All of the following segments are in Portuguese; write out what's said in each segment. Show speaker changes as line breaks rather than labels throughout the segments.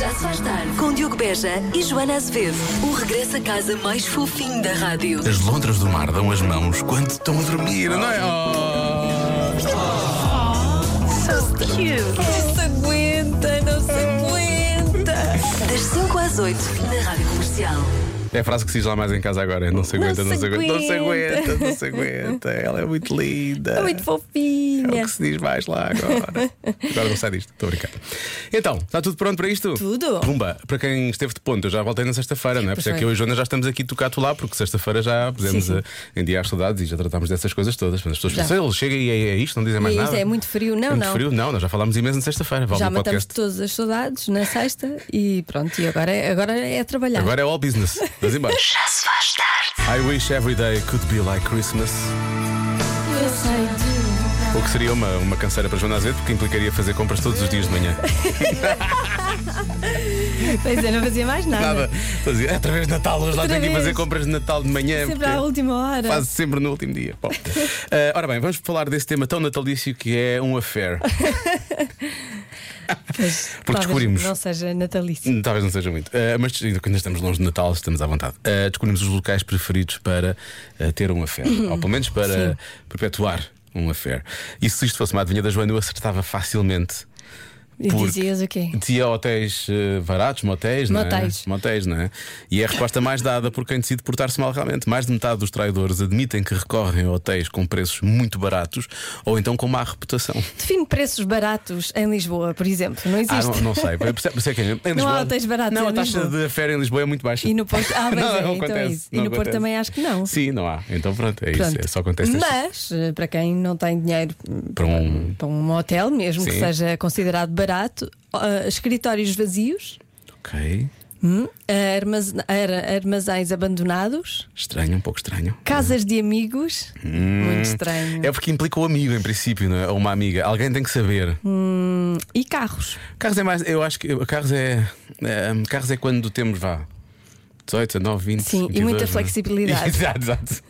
Já se faz tarde com Diogo Beja e Joana Azevedo. O regresso a casa mais fofinho da rádio.
As lontras do mar dão as mãos quando estão a dormir, não é?
Não se aguenta, não se aguenta. Das 5 às 8 na rádio comercial.
É a frase que se diz lá mais em casa agora: é, não se aguenta, não,
se
se aguenta, não se
aguenta.
aguenta, não se aguenta. Ela é muito linda.
É muito
É o
fofinha.
que se diz mais lá agora. agora não sai disto, estou a brincar. Então, está tudo pronto para isto?
Tudo.
Pumba, para quem esteve de ponto, eu já voltei na sexta-feira, não é? Por isso é
Pois
que
foi.
eu e a Joana já estamos aqui tocato lá, porque sexta-feira já pusemos
Sim,
eh, em dia às saudades e já tratámos dessas coisas todas. Mas as pessoas
Já.
pensam, ele chega e é, é isto, não dizem mais
E
nada.
isto é muito frio, não,
É muito
não.
frio, não, nós já falámos imenso na sexta-feira. Vale
Já
no
matamos
podcast.
todas as saudades na sexta e pronto, e agora, é- agora é trabalhar.
Agora é all business. Vamos embora. Já se faz tarde. I wish every day could be like Christmas. O que seria uma, uma canseira para Joana Azevedo, porque implicaria fazer compras todos os dias de manhã.
Ah, Pois é, não fazia mais nada.
Nada. Fazia, "É, outra vez Natal, hoje lá
Outra
tenho que ir
vez."
fazer compras de Natal de manhã.
Sempre
porque
à última hora.
Quase sempre no último dia. Bom. Eh, ora bem, vamos falar desse tema tão natalício que é um affair.
Talvez
descobrimos.
Não seja natalício.
Hum, Talvez não seja muito. Eh, mas ainda quando estamos longe de Natal, estamos à vontade. Eh, descobrimos os locais preferidos para eh, ter um affair.
Uhum.
Ou pelo menos para perpetuar um affair. E se isto fosse uma adivinha da Joana, eu acertava facilmente.
E
Porque-
dizias o quê?
Dizia hotéis eh, baratos, motéis, não é?
Motéis.
Motéis, não é? E é a resposta mais dada por quem decide portar-se mal realmente. Mais de metade dos traidores admitem que recorrem a hotéis com preços muito baratos ou então com má reputação.
Define preços baratos em Lisboa, por exemplo. Não
Ah,
existe.
não, não sei. Por isso- por isso é que em Lisboa-
Não há hotéis baratos
Não,
em
a taxa
Lisboa.
de férias em Lisboa é muito baixa.
E no Porto. Ah, mas
Não,
é,
não
então é
acontece,
isso. E
não
no Porto
acontece.
também acho que não.
Sim, não há. Então pronto, é isso.
Pronto.
É, só acontece estas-
Mas, eh, para quem não tem dinheiro eh,
Para um-
para um hotel, mesmo que
Sim.
seja considerado barato, eh, escritórios vazios,
Ok.
hum, armazen- ar- armazéns abandonados,
Estranho, um pouco estranho.
casas de amigos, muito estranho,
Hum. É porque implica o amigo, em princípio, não é? ou uma amiga. Alguém tem que saber.
Hum. e carros.
Carros é mais. Eu acho que. Carros é. é, carros é quando temos vá. 18, 19, 20.
Sim, e
22,
muita
não é?
flexibilidade.
exato, exato.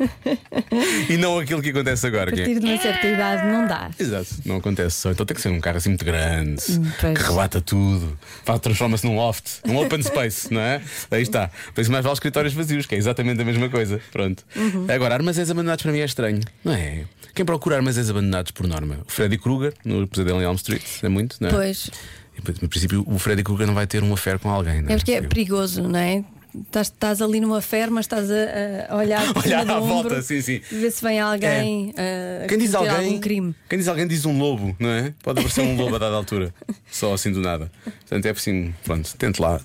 e não aquilo que acontece agora.
A
Que é-
partir de uma certa idade não dá.
Exato, não acontece só. Então tem que ser um carro assim muito grande,
Hum, pois.
que rebata tudo, Faz- transforma-se num loft, num open space, não é? Aí está. Por isso mais vale escritórios vazios, que é exatamente a mesma coisa. Pronto.
Uhum.
Agora, armazéns abandonados para mim é estranho, não é? Quem procura armazéns abandonados por norma? O Freddy Krueger, no Pesadelo em Elm Street, é muito, não é?
Pois,
E, No princípio, o Freddy Krueger não vai ter um affair com alguém, não é?
é porque é
Eu-
perigoso, não é? Estás, estás ali numa fé, mas estás a, a olhar, por
Olhar
cima do
à
ombro,
volta, sim, sim. É.
Ver se vem alguém a
Quem diz
cometer
alguém.
algum crime.
Quem diz alguém diz um lobo, não é? Pode aparecer um lobo a dada altura, só assim do nada. Portanto, é assim, pronto, tente lá,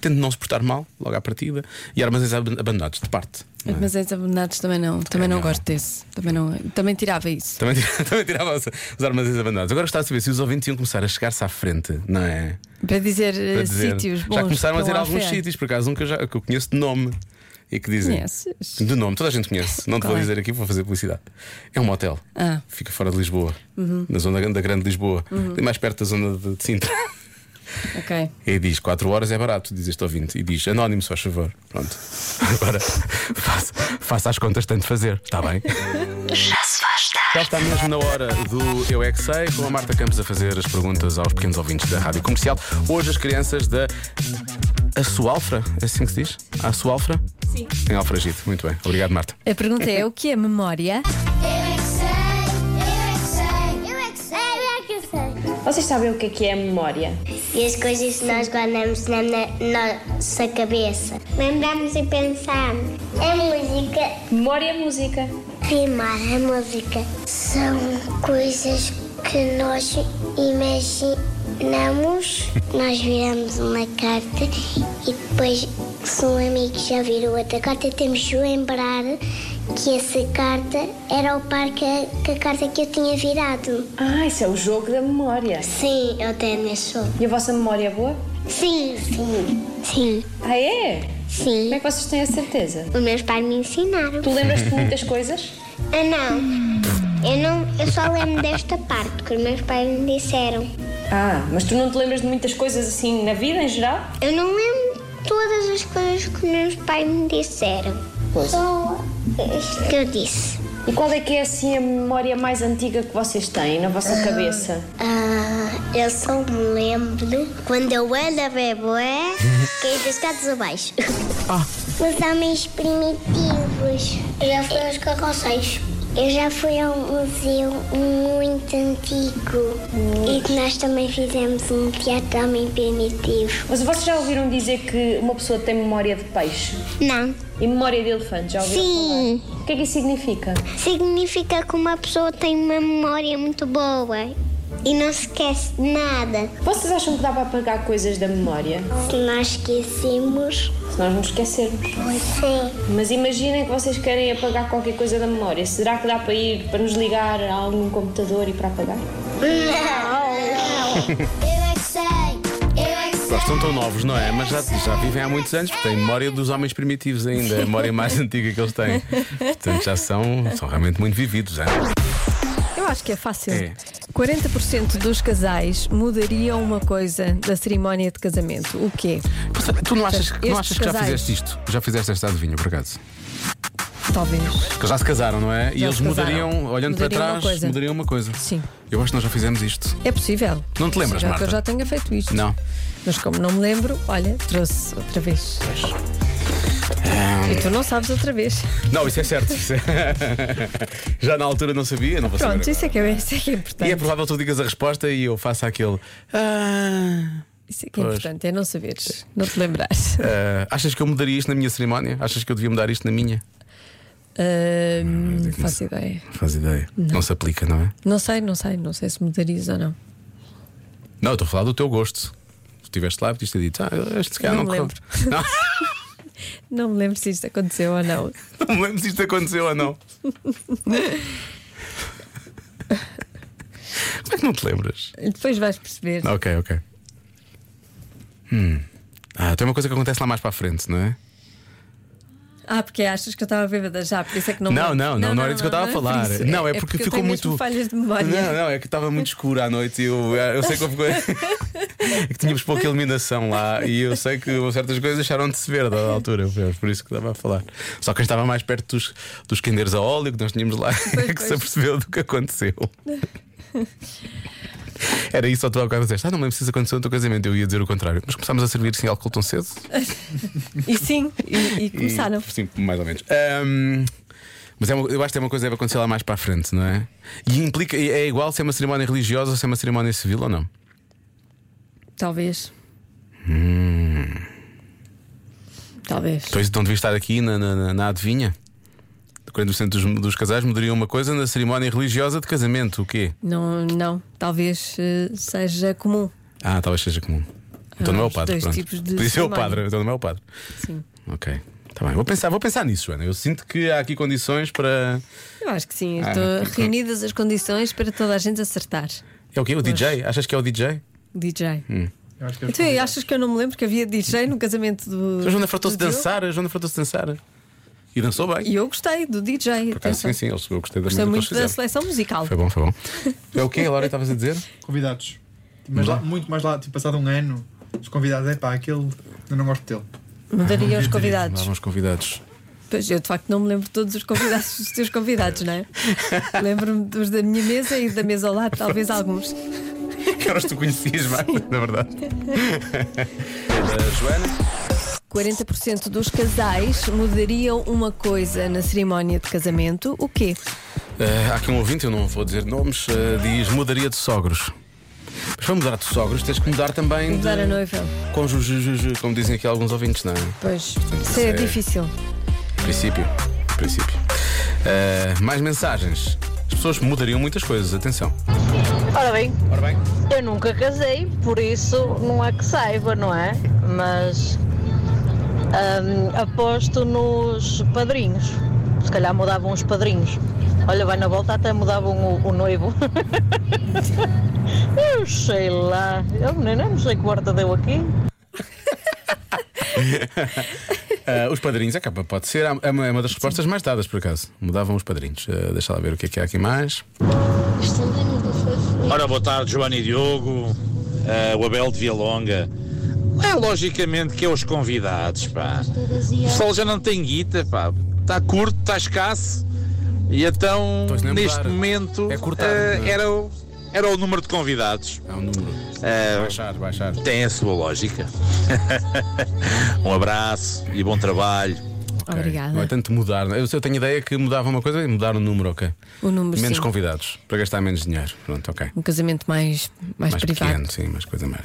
tente não se portar mal logo à partida e armazéns ab- abandonados, de parte. não é?
Armazéns abandonados também não, também não,
não.
gosto desse. Também, não, também tirava isso.
Também, tira- também tirava os os armazéns abandonados. Agora gostava de saber se os ouvintes iam começar a chegar-se à frente, não é?
Para dizer, eh,
Para dizer-
sítios bons.
Já começaram a
para
dizer
um
alguns
affair.
sítios, por acaso, um que eu, já, que eu conheço de nome e que dizem.
Conheces?
De nome, toda a gente conhece. Não te
Qual
vou
é?
dizer aqui, vou fazer publicidade. É um motel.
Ah. Uhum.
Fica fora de Lisboa. Na zona grande da Grande Lisboa. E mais perto da zona de de Sintra.
Ok.
E diz: 4 horas é barato, diz este ouvinte. E diz: anónimo, se faz favor. Pronto. Agora, faça, faça as contas, que tem de fazer. Está bem?
Já se faz tarde.
Já está mesmo na hora do Eu É Que Sei, com a Marta Campos a fazer as perguntas aos pequenos ouvintes da rádio comercial. Hoje, as crianças da. A Sualfra? É assim que se diz? A Sualfra? Sim. Em Alfragite. Muito bem. Obrigado, Marta.
A pergunta é: o que é memória?
é
Vocês sabem o que é que é a memória?
E as coisas que nós guardamos na, na nossa cabeça. Lembramos e pensamos. A música.
Memória é música.
Rimar a música. São coisas que nós imaginamos. nós viramos uma carta e depois, se um amigo já virou outra carta, temos de lembrar que essa carta era o par que a, que a carta que eu tinha virado.
Ah, isso é o jogo da memória.
Sim, eu até me achou.
E a vossa memória é boa?
Sim, sim, sim,
Ah, é?
sim.
Como é que vocês têm a certeza?
Os meus pais me ensinaram.
Tu lembras-te de muitas coisas?
Ah, não. Eu, não, eu só lembro desta parte que os meus pais me disseram.
Ah, mas tu não te lembras de muitas coisas assim na vida em geral?
Eu não lembro todas as coisas que os meus pais me disseram.
Pois.
Só isto que eu disse.
E qual é que é assim a memória mais antiga que vocês têm na vossa cabeça?
Ah, Eu só me lembro quando eu era bebê caí das casas abaixo. Os homens primitivos. Eu já fui aos carroceiros. Eu já fui a um museu muito antigo e que nós também fizemos um teatro homem primitivo.
Mas vocês já ouviram dizer que uma pessoa tem memória de peixe
Não.
e memória de elefante? Já ouviram?
Sim.
O que é que isso significa?
Significa que uma pessoa tem uma memória muito boa e não se esquece de nada.
Vocês acham que dá para apagar coisas da memória
Se nós esquecemos.
se nós nos esquecermos?
Sim.
Mas imaginem que vocês querem apagar qualquer coisa da memória. Será que dá para ir para nos ligar a algum computador e para apagar?
Não. Eu é que sei. Eu é que sei.
Eles estão tão novos, não é? Mas já, já vivem há muitos anos, porque têm memória dos homens primitivos ainda, a memória mais antiga que eles têm. Portanto, já são, são realmente muito vividos, é?
Eu acho que é fácil.
É.
40% dos casais mudariam uma coisa da cerimónia de casamento. O quê?
Tu não achas, não
Estes
achas que já
casais.
fizeste isto? Já fizeste esta adivinha, por acaso?
Talvez.
Porque já se casaram, não é? e
Já
eles
se casaram.
mudariam, olhando
Mudariam uma
para trás,
coisa.
mudariam uma coisa.
Sim.
Eu acho que nós já fizemos isto.
É possível.
Não te lembras,
Será
Marta?
que eu já tenha feito isto?
Não.
Mas como não me lembro, olha, trouxe outra vez. E tu não sabes outra vez.
Não, isso é certo. Isso é- já na altura não sabia, não vou saber.
Pronto,
agora.
isso é que é, isso é, que é importante.
E é provável que tu digas a resposta e eu faça aquele. "Ah,
Isso é que é
Pois.
importante, é não saberes, não te lembrares.
ah, achas que eu mudaria isto na minha cerimónia? Achas que eu devia mudar isto na minha?
Ahm,
mas é que
faço ideia.
Não Faz ideia. Não. se aplica, não é?
Não sei, não sei, não sei se mudarias ou não.
Não, eu estou a falar do teu gosto. Se estiveste lá, podias ter dito, ah, este se calhar
Não
não,
me
corre." Não,
Não me lembro se isto aconteceu ou não.
não me lembro se isto aconteceu ou não. Como é que não te lembras?
Depois vais perceber.
Ok, ok. Hum. Ah, tem uma coisa que acontece lá mais para a frente, não é?
Ah, porque achas que eu estava bêbada já, por isso é que não me
Não,
lembro.
não, não, não era disso que eu estava a
não
falar.
por isso.
Não, é porque
eu
ficou
tenho mesmo
muito.
falhas de
Não,
memória.
não, é que estava muito escuro à noite e eu, eu sei que houve coisa. é que tínhamos pouca iluminação lá e eu sei que certas coisas deixaram de se ver da altura, por isso que estava a falar. Só quem estava mais perto dos, dos quendeiros a óleo que nós tínhamos lá é que se
pois.
apercebeu do que aconteceu. Era isso, ou tu há bocado disseste, ah, não me lembro se isso aconteceu no teu casamento. Eu ia dizer o contrário, mas começámos a servir sem álcool tão cedo.
E sim, e, e
E-
começaram.
sim, mais ou menos. Ahm, mas é uma- eu acho que é uma coisa que deve acontecer lá mais para a frente, não é? E implica, é igual se é uma cerimónia religiosa ou se é uma cerimónia civil ou não?
Talvez.
Hum.
Talvez.
Pois então devia estar aqui na, na, na- na adivinha. 40% dos, dos casais mudariam uma coisa na cerimónia religiosa de casamento. O quê?
Não, não, talvez eh, seja comum.
Ah, talvez seja comum. Então não é o
os
padre.
dois
Pronto.
tipos de
Podia ser o
cerimónia.
padre, então não é o padre.
Sim.
Ok. Tá bem, vou pensar, vou pensar nisso, Joana. Eu sinto que há aqui condições para.
Eu acho que sim.
Ah,
Estou
ok.
reunidas as condições para toda a gente acertar.
É o quê? O DJ? Achas que é o DJ?
DJ.
Hum.
é Então-
Tu aí achas que Então, eu não me lembro que havia DJ no casamento do.
A Joana fartou-se
do Diogo?
dançar, a Joana fartou-se dançar. E dançou bem.
E eu gostei do DJ.
Por acaso,
atenção.
sim, sim, eu eu gostei da
Gostei muito da
Foi
seleção musical.
bom, foi bom. É o que a Laura estavas a dizer?
Convidados. Mas lá, muito mais lá, tipo, passado um ano, os convidados, é pá, aquele, eu não gosto dele.
Mudaria os
Lá
convidados.
vão os convidados.
Pois eu de facto não me lembro de todos os convidados dos teus convidados, não é? Lembro-me dos da minha mesa e da mesa ao lado, talvez alguns.
Que horas tu conhecias, Marta, na verdade? A Joana?
40% dos casais mudariam uma coisa na cerimónia de casamento. O quê?
Eh, há aqui um ouvinte, eu não vou dizer nomes, eh, diz mudaria de sogros. Mas para mudar de sogros, tens que mudar também
Mudar
de
a noiva.
cônjuge, ju- ju- como dizem aqui alguns ouvintes, não é?
Pois.
isso
Isso é
é-
difícil.
Princípio. Princípio. Eh, mais mensagens. As pessoas mudariam muitas coisas, atenção.
Ora bem,
Ora bem.
eu nunca casei, por isso não é que saiba, não é? Mas hum, aposto nos padrinhos. Se calhar mudavam os padrinhos. Olha, vai na volta até mudavam o, o noivo. eu sei lá. Eu nem, nem sei que horta deu aqui.
Ah, os padrinhos, é capa, pode ser. É uma, é uma das respostas mais dadas, por acaso. Mudavam os padrinhos. Ah, deixa lá ver o que é que há aqui mais.
Ora, boa tarde, Joana e Diogo, eh, o Abel de Vialonga. É logicamente que é os convidados, pá. O pessoal já não tem guita, pá. Está curto, está escasso. E então,
Pois nem
neste
mudar.
momento,
É cortar,
eh,
não é?
era o- era o número de convidados.
É um número.
Ah,
Baixar, baixar.
tem a sua lógica. um abraço e bom trabalho.
Ok.
Obrigada.
Não é tanto mudar. né? Eu, eu tenho ideia que mudava uma coisa e mudar o número, ok.
O número,
Menos
sim.
convidados, para gastar menos dinheiro. Pronto, ok.
Um casamento mais, mais,
mais
privado.
pequeno, sim, mais coisa mais.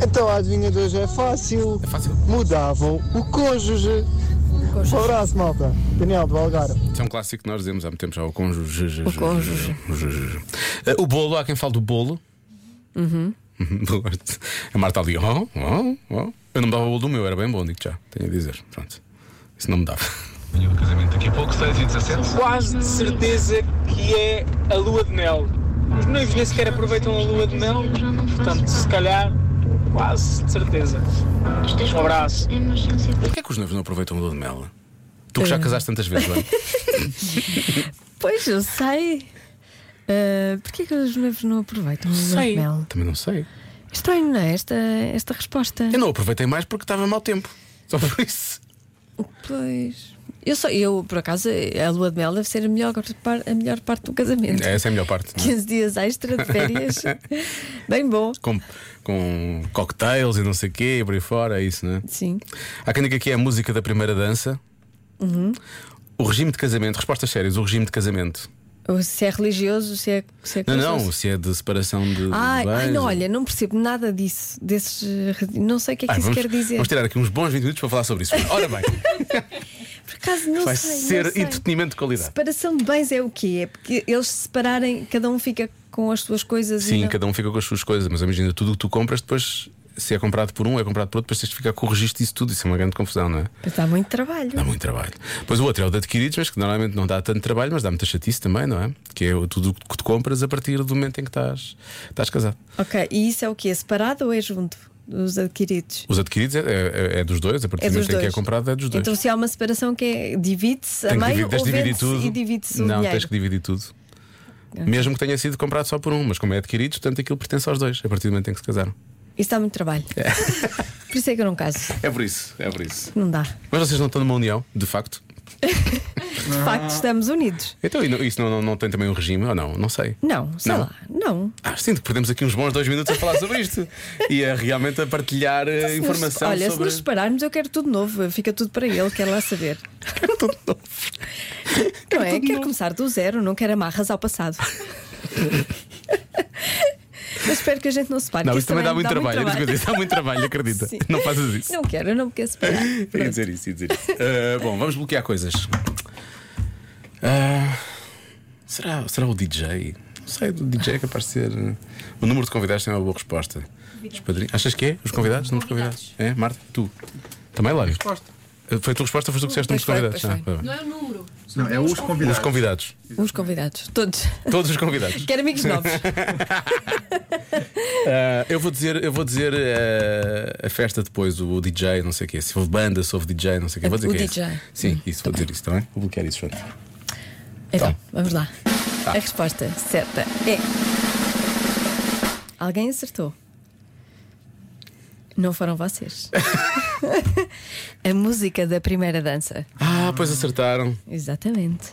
Então a adivinha de hoje é fácil.
É fácil.
Mudavam o cônjuge.
Cônjuge.
Um abraço, malta. Daniel do Algarve.
Isso é um clássico que nós dizemos há muito tempo já, o cônjuge.
O cônjuge.
O, cônjuge. Eh, o bolo, há quem fale do bolo. Uhum. A Marta ali, oh, oh, oh. Eu não me dava o bolo do meu, era bem bom, digo já, tenho a dizer. Pronto. Isso não me dava.
Quase de certeza que é a lua de mel. Os noivos nem sequer aproveitam a lua de mel, portanto, se calhar, quase de certeza. Um abraço.
Porquê é que os noivos não aproveitam o bolo de mel? Tu que
Eh.
já casaste tantas vezes, é? Ana.
Pois, eu sei. Ah, Porquê que os noivos não aproveitam o
Sei.
mel?
Também não sei.
Estranho, não é? Esta, esta resposta.
Eu não aproveitei mais porque estava mau tempo. Só por isso.
Pois. Eu, só, eu, por acaso, a lua de mel deve ser a melhor, par- a melhor parte do casamento.
É, Essa é a melhor parte. não é?
15 dias extra de férias. Bem bom.
Com, com cocktails e não sei o quê, por aí fora, é isso, não é?
Sim.
Há quem diga que é a música da primeira dança. Uhum. O regime de casamento, respostas sérias, o regime de casamento.
Ou se é religioso, se é. Se é
Não,
coisa-
não, se é de separação de. de
Ai, ai,
bens,
não,
ou-
olha, não percebo nada disso. Desses. eh, Não sei o que é que
Ai,
isso
vamos,
quer dizer.
vamos tirar aqui uns bons 20 minutos para falar sobre isso. Ora bem,
Por acaso não
vai
sei.
ser
não sei.
entretenimento de qualidade.
Separação de bens é o quê? É porque eles se separarem, cada um fica com as suas coisas e.
Sim,
não-
cada um fica com as suas coisas, mas imagina, tudo o que tu compras, depois, se é comprado por um, é comprado por outro, depois tens de ficar com o registro disso tudo. Isso é uma grande confusão, não é?
Mas dá muito trabalho.
Dá muito trabalho. Pois o outro é o de adquiridos, mas que normalmente não dá tanto trabalho, mas dá muita chatice também, não é? Que é o- tudo o que tu compras a partir do momento em que estás, estás casado.
Ok, e isso é o quê? É separado ou é junto? Dos adquiridos?
Os adquiridos é, é- é dos dois, a partir
É
do
dos
momento em
dois.
que é comprado é dos dois.
Então, se há uma separação que é divide-se a
Tem que
meio
dividir- tens de
ou
dividir
vende-se
tudo.
e divide-se o
Não,
dinheiro.
tens que dividir tudo. Mesmo que tenha sido comprado só por um, mas como é adquirido, portanto aquilo pertence aos dois, a partir do momento em que se casaram.
Isso dá muito trabalho. Por isso é que eu não caso.
É por isso, é por isso.
Não dá.
Mas vocês não estão numa união, de facto.
De facto, estamos unidos.
Então e não- isso não, não- não tem também um regime ou não? Não sei.
Não, sei
Não.
lá. Não.
Ah, sinto que perdemos aqui uns bons dois minutos a falar sobre isto e a realmente a partilhar eh,
Então, Se nos-
informação
Olha, se
sobre.
nos separarmos, eu quero tudo novo. Fica tudo para ele, quero lá saber.
Quero tudo novo.
Não é? Quero começar do zero, não quero amarras ao passado. Mas espero que a gente não se separe.
Não,
que
isso também dá muito trabalho.
muito
é isso que eu disse, Dá muito trabalho, acredita.
Sim.
Não faças isso.
Não quero, eu não me quero separar.
Ia
Pronto.
dizer isso, ia dizer isso. Ah, bom, vamos bloquear coisas. Ah, será, será o DJ? Não sei, o DJ é capaz de ser. eh, O número de convidados tem uma boa resposta. Os padrinhos. Achas que é? Os convidados? Número de convidados? É, Marta? Tu? Também, Lário?
Resposta.
Foi a tua resposta, foste tu que disseste
Pois
número de convidados?
foi, pois
Ah,
Não é o número.
Não, é os
bem. Os
convidados.
convidados.
Os convidados, todos.
Todos os convidados.
Quero amigos novos.
Ah, eu vou dizer, eu vou dizer ah, a festa depois, o, DJ, não sei o quê. Se houve banda, se houve DJ, não sei o quê. Vou dizer
O
que é
DJ.
esse. Sim, isso, vou dizer isso também. Vou bloquear isso, João.
Então,
Então. Tá.
vamos lá. A resposta certa é. Alguém acertou. Não foram vocês. a música da primeira dança.
Ah, pois acertaram.
Exatamente.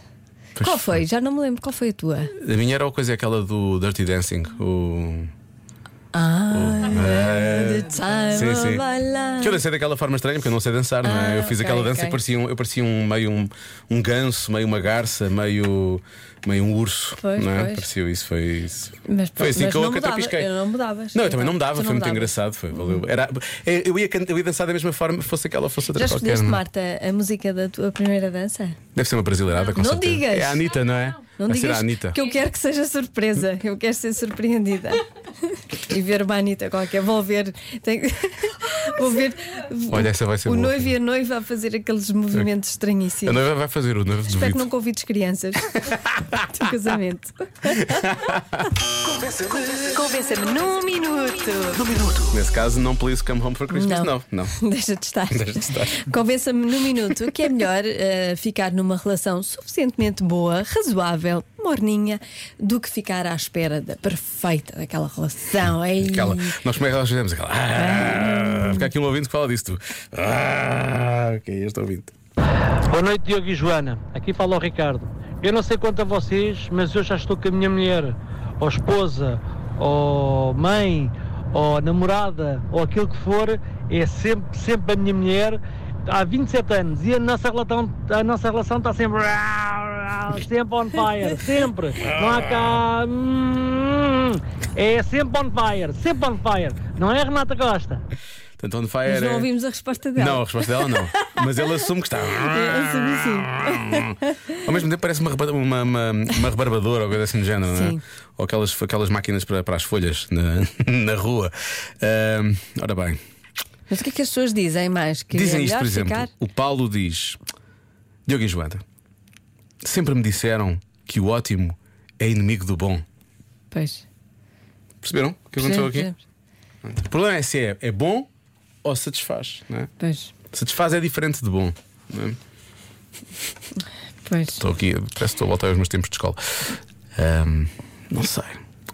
Qual foi? Já não me lembro. Qual foi a tua?
A minha era a coisa é aquela do Dirty Dancing. O...
Ah,
É.
the time
Sim, sim.
of my life.
Que eu dancei daquela forma estranha, porque eu não sei dançar, não é?
Ah,
Eu fiz
ok,
aquela dança
ok.
e parecia, um, eu parecia um, meio um, um ganso, meio uma garça, meio, meio um urso.
Pois,
não é?
pois.
Parecia isso, foi isso.
Mas,
Foi assim
mas
que eu
não mudava,
catapisquei.
Eu não mudava.
Não, eu também não me
Tu
dava, foi muito
mudavas. Hum.
engraçado. Foi, valeu. Era, é, eu, ia, can- eu ia dançar da mesma forma, fosse aquela, fosse outra
Já
qualquer.
escolheste,
não é?
Marta, a música da tua primeira dança?
Deve ser uma brasileirada, com
Não
certeza.
digas.
É a Anitta, não é?
Não
Deve ser
digas
a Anitta.
que eu quero que seja surpresa. Eu quero ser surpreendida. e ver uma Anitta qualquer. Vou ver. tenho- Vou ver
Olha, essa vai ser
o
boa.
noivo e a noiva a fazer aqueles movimentos
A
estranhíssimos.
noiva vai fazer o noivo
Espero que
duvido.
não convides crianças do casamento.
Convença-me num minuto.
Nesse caso, não please come home for Christmas.
Não.
não. não.
Deixa de estar.
Deixa de estar.
Convença-me num minuto que é melhor eh, ficar numa relação suficientemente boa, razoável, morninha, do que ficar à espera da perfeita daquela relação. Ei.
Aquela, nós como é que nós fizemos aquela? Ah, Porque há aqui um ouvinte que fala disso. Tu. Ah, ok, este ouvinte.
Boa noite, Diogo e Joana. Aqui fala o Ricardo. Eu não sei quanto a vocês, mas eu já estou com a minha mulher
ou esposa, ou mãe, ou namorada, ou aquilo que for, é sempre, sempre a minha mulher. Há 27 anos e a nossa relação, a nossa relação está sempre. Sempre on fire, sempre. Não há cá. hum, É sempre on fire, sempre on fire. Não é, Renata Costa?
Portanto, on fire.
Mas não
é-
ouvimos a resposta dela. É assim,
Não, a resposta dela não. Mas ele assume que está. Ah.
Assume sim.
Ao mesmo tempo parece uma, reba- uma, uma, uma rebarbadora ou coisa assim do género, não é?
Sim.
Ou aquelas, aquelas máquinas para, para as folhas na, na rua. Ahm, ora bem,
Mas o que é que as pessoas dizem mais? Que é
dizem isto,
melhor
por exemplo.
ficar?
O Paulo diz: Diogo e Joana, sempre me disseram que o ótimo é inimigo do bom.
Pois.
Perceberam o que aconteceu aqui?
Percebemos,
O problema é se é, é bom ou satisfaz, não é?
Pois,
Satisfaz é diferente de bom. não é?
pois.
Estou aqui, parece que estou a voltar aos meus tempos de escola. Ahm, não sei,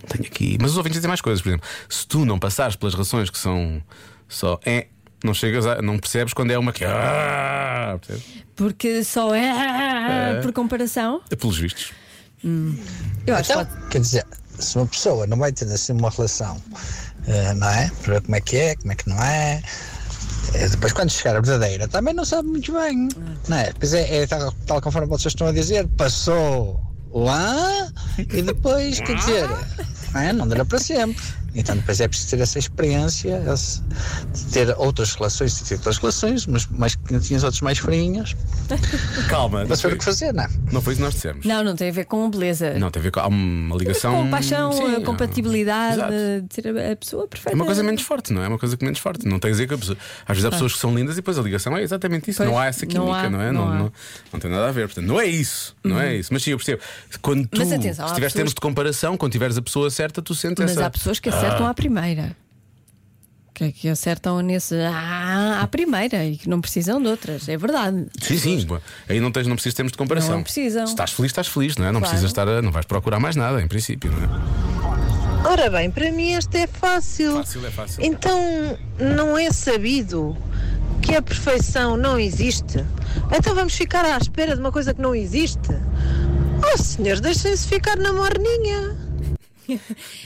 tenho aqui. Mas os ouvintes dizem mais coisas, por exemplo. Se tu não passares pelas rações que são só é, não chegas a- não percebes quando é uma que. Ah, percebes?
Porque só é,
É.
por comparação.
É pelos vistos.
Eu acho
Então, quer dizer, se uma pessoa não vai ter assim uma relação, eh, não é? Para ver como é que é, como é que não é. eh, Depois, quando chegar a verdadeira, também não sabe muito bem. Não é? Pois é, é tal, tal conforme vocês estão a dizer, passou lá e depois, quer dizer, não, é? não dura para sempre. Então, depois é preciso ter essa experiência, esse- de ter outras relações, de ter outras relações, mas, mas que tinhas outras mais frinhas.
Calma,
Para saber o que fazer, não é?
Não foi isso que nós dissemos.
Não, não tem a ver com beleza.
Não, tem a ver com há uma ligação.
Com paixão,
Sim,
a
não.
compatibilidade,
Exato.
de ser a- a pessoa perfeita.
É uma coisa menos forte, não é? É uma coisa que menos forte. Não tem a dizer que a pessoa. Às vezes há
Ah.
pessoas que são lindas e depois a ligação é exatamente isso.
Pois,
não há essa
não
química, não,
há,
é?
não há. Uhum.
não tem nada a ver. Portanto, não é isso. Não é isso. Mas sim, eu percebo. Quando tu
Mas atenção, há
se tiveres
pessoas-
termos de comparação, quando tiveres a pessoa certa, tu sentes
Mas
essa.
há pessoas que acertam
Ah.
à primeira. Que, que acertam nesse ah, à primeira e que não precisam de outras. É verdade.
Sim, sim. Bom, Aí não, tens, não precisas de termos de comparação.
Não precisam.
Se estás feliz, estás feliz, não é? Não
Claro.
precisas estar. a- Não vais procurar mais nada, em princípio, não é?
Ora bem, para mim este é fácil.
Fácil, é fácil.
Então não é sabido que a perfeição não existe. Então vamos ficar à espera de uma coisa que não existe. Oh senhores, deixem-se ficar na morninha.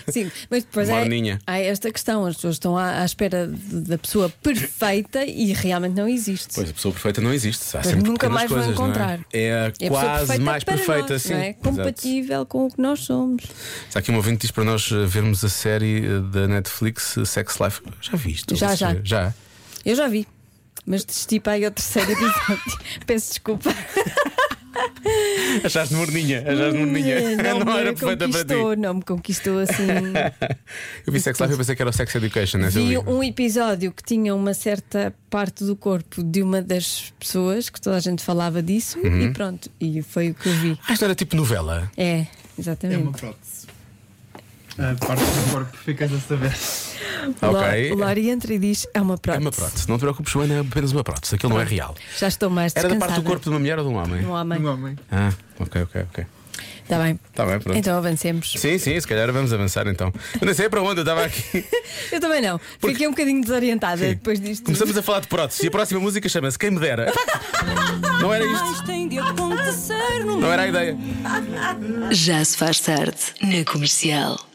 Sim, mas depois é,
Morninha.
há esta questão. As pessoas estão à, à espera de- da pessoa perfeita e realmente não existe.
Pois a pessoa perfeita não existe. Há
Pois,
sempre
nunca
pequenas
mais vão
coisas, não é?
encontrar.
É,
É
a
a pessoa
quase
perfeita
mais
para
perfeita,
nós,
sim.
não é?
Exato.
Compatível com o que nós somos.
Está aqui um ouvinte que diz para nós eh, vermos a série eh, da Netflix eh, Sex Life. Já viste?
Já, já.
Já.
Eu já vi, mas desisti para aí ao terceiro episódio. Peço desculpa.
Achaste morninha, achaste morninha. Não,
Eh, me
era perfeita para ti.
Hum, conquistou, não me conquistou assim.
Eu vi Sex Life e pensei que era o Sex Education, né?
Vi
Silvia?
um episódio que tinha uma certa parte do corpo de uma das pessoas que toda a gente falava disso
Uhum.
e pronto. E foi o que eu vi.
Ah, isto era tipo novela.
É,
É uma
exatamente.
prótese. A parte do corpo ficas a saber.
Ok.
Lo- Lori entra e diz: é uma
É
prótese.
uma prótese. Não te preocupes, Joana, é apenas uma prótese. Aquilo não é real.
Já estou mais
Era da
descansada.
parte do corpo de uma mulher ou de um homem?
de um homem.
Ah, ok, ok, ok.
Está bem.
Está bem, pronto.
Então avancemos.
Sim, sim, se calhar vamos avançar então. Eu não sei para onde eu estava aqui.
Eu também não. Fiquei um bocadinho desorientada depois disto.
Começamos a falar de próteses e a próxima música chama-se Quem Me Dera. Não era isto.
Mas tem de acontecer no
Não era a ideia.
Já se faz tarde na comercial.